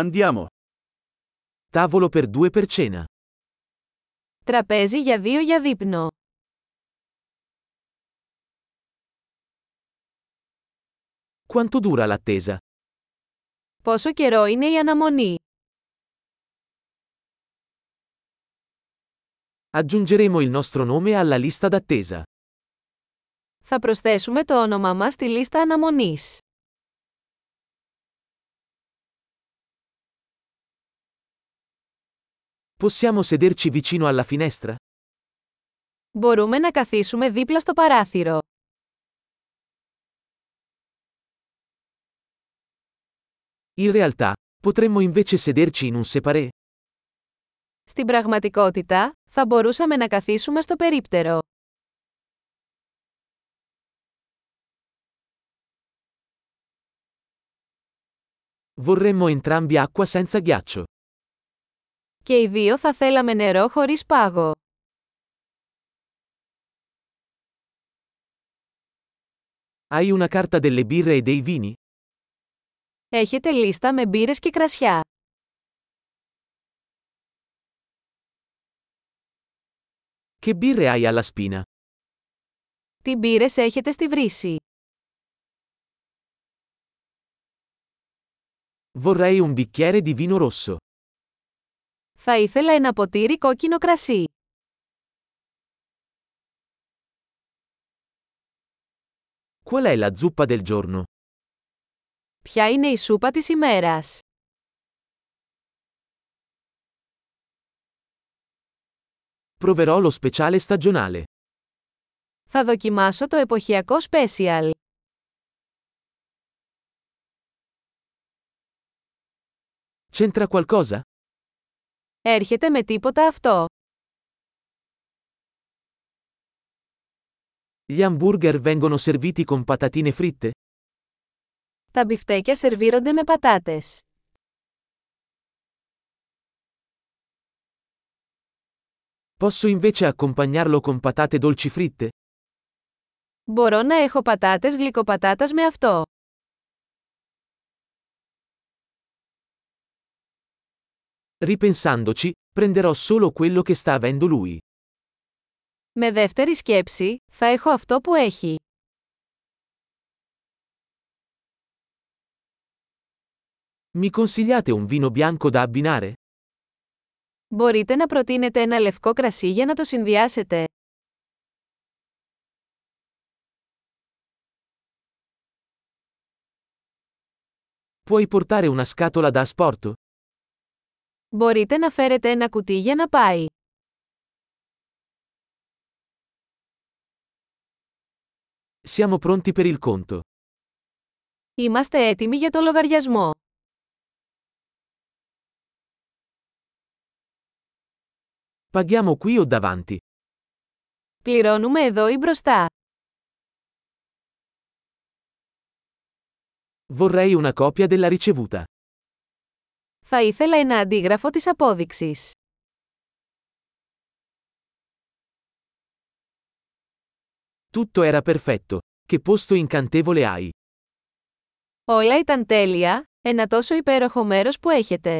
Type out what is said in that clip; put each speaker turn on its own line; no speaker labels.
Andiamo. Tavolo per due per cena.
Τραπέζι για δύο για δείπνο.
Quanto dura l'attesa?
Πόσο καιρό είναι η αναμονή.
Aggiungeremo il nostro nome alla lista d'attesa.
Θα προσθέσουμε το όνομά μας στη λίστα αναμονής.
Possiamo sederci vicino alla finestra?
Μπορούμε να καθίσουμε δίπλα στο παράθυρο.
In realtà, potremmo invece sederci in un separé.
Στην πραγματικότητα, θα μπορούσαμε να καθίσουμε στο περίπτερο.
Vorremmo entrambi acqua senza ghiaccio.
Και οι δύο θα θέλαμε νερό χωρίς πάγο.
Hai una carta delle birre e dei vini?
Έχετε λίστα με μπύρες και κρασιά.
Che birre hai alla spina?
Τι μπύρες έχετε στη βρύση.
Vorrei un bicchiere di vino rosso.
Θα ήθελα ένα ποτήρι κόκκινο κρασί.
Qual è la zuppa del giorno?
Ποια είναι η σούπα της ημέρας.
Proverò lo speciale stagionale.
Θα δοκιμάσω το εποχιακό special.
C'entra qualcosa?
Έρχεται με τίποτα αυτό.
Gli hamburger vengono serviti con patatine fritte?
Τα μπιφτέκια σερβίρονται με πατάτες.
Posso invece accompagnarlo con patate dolci fritte?
Μπορώ να έχω πατάτες γλυκοπατάτας με αυτό.
Ripensandoci, prenderò solo quello che sta avendo lui.
Με δεύτερη σκέψη, θα έχω αυτό που έχει.
Mi consigliate un vino bianco da abbinare?
Μπορείτε να προτείνετε ένα λευκό κρασί για να το συνδυάσετε.
Puoi portare una scatola da asporto?
Μπορείτε να φέρετε ένα κουτί για να πάει.
Siamo pronti per il conto.
Είμαστε έτοιμοι για το λογαριασμό.
Paghiamo qui o davanti?
Πληρώνουμε εδώ ή μπροστά.
Vorrei una copia della ricevuta.
Θα ήθελα ένα αντίγραφο της απόδειξης.
Tutto era perfetto. Che posto incantevole hai!
Όλα ήταν τέλεια, ένα τόσο υπέροχο μέρος που έχετε.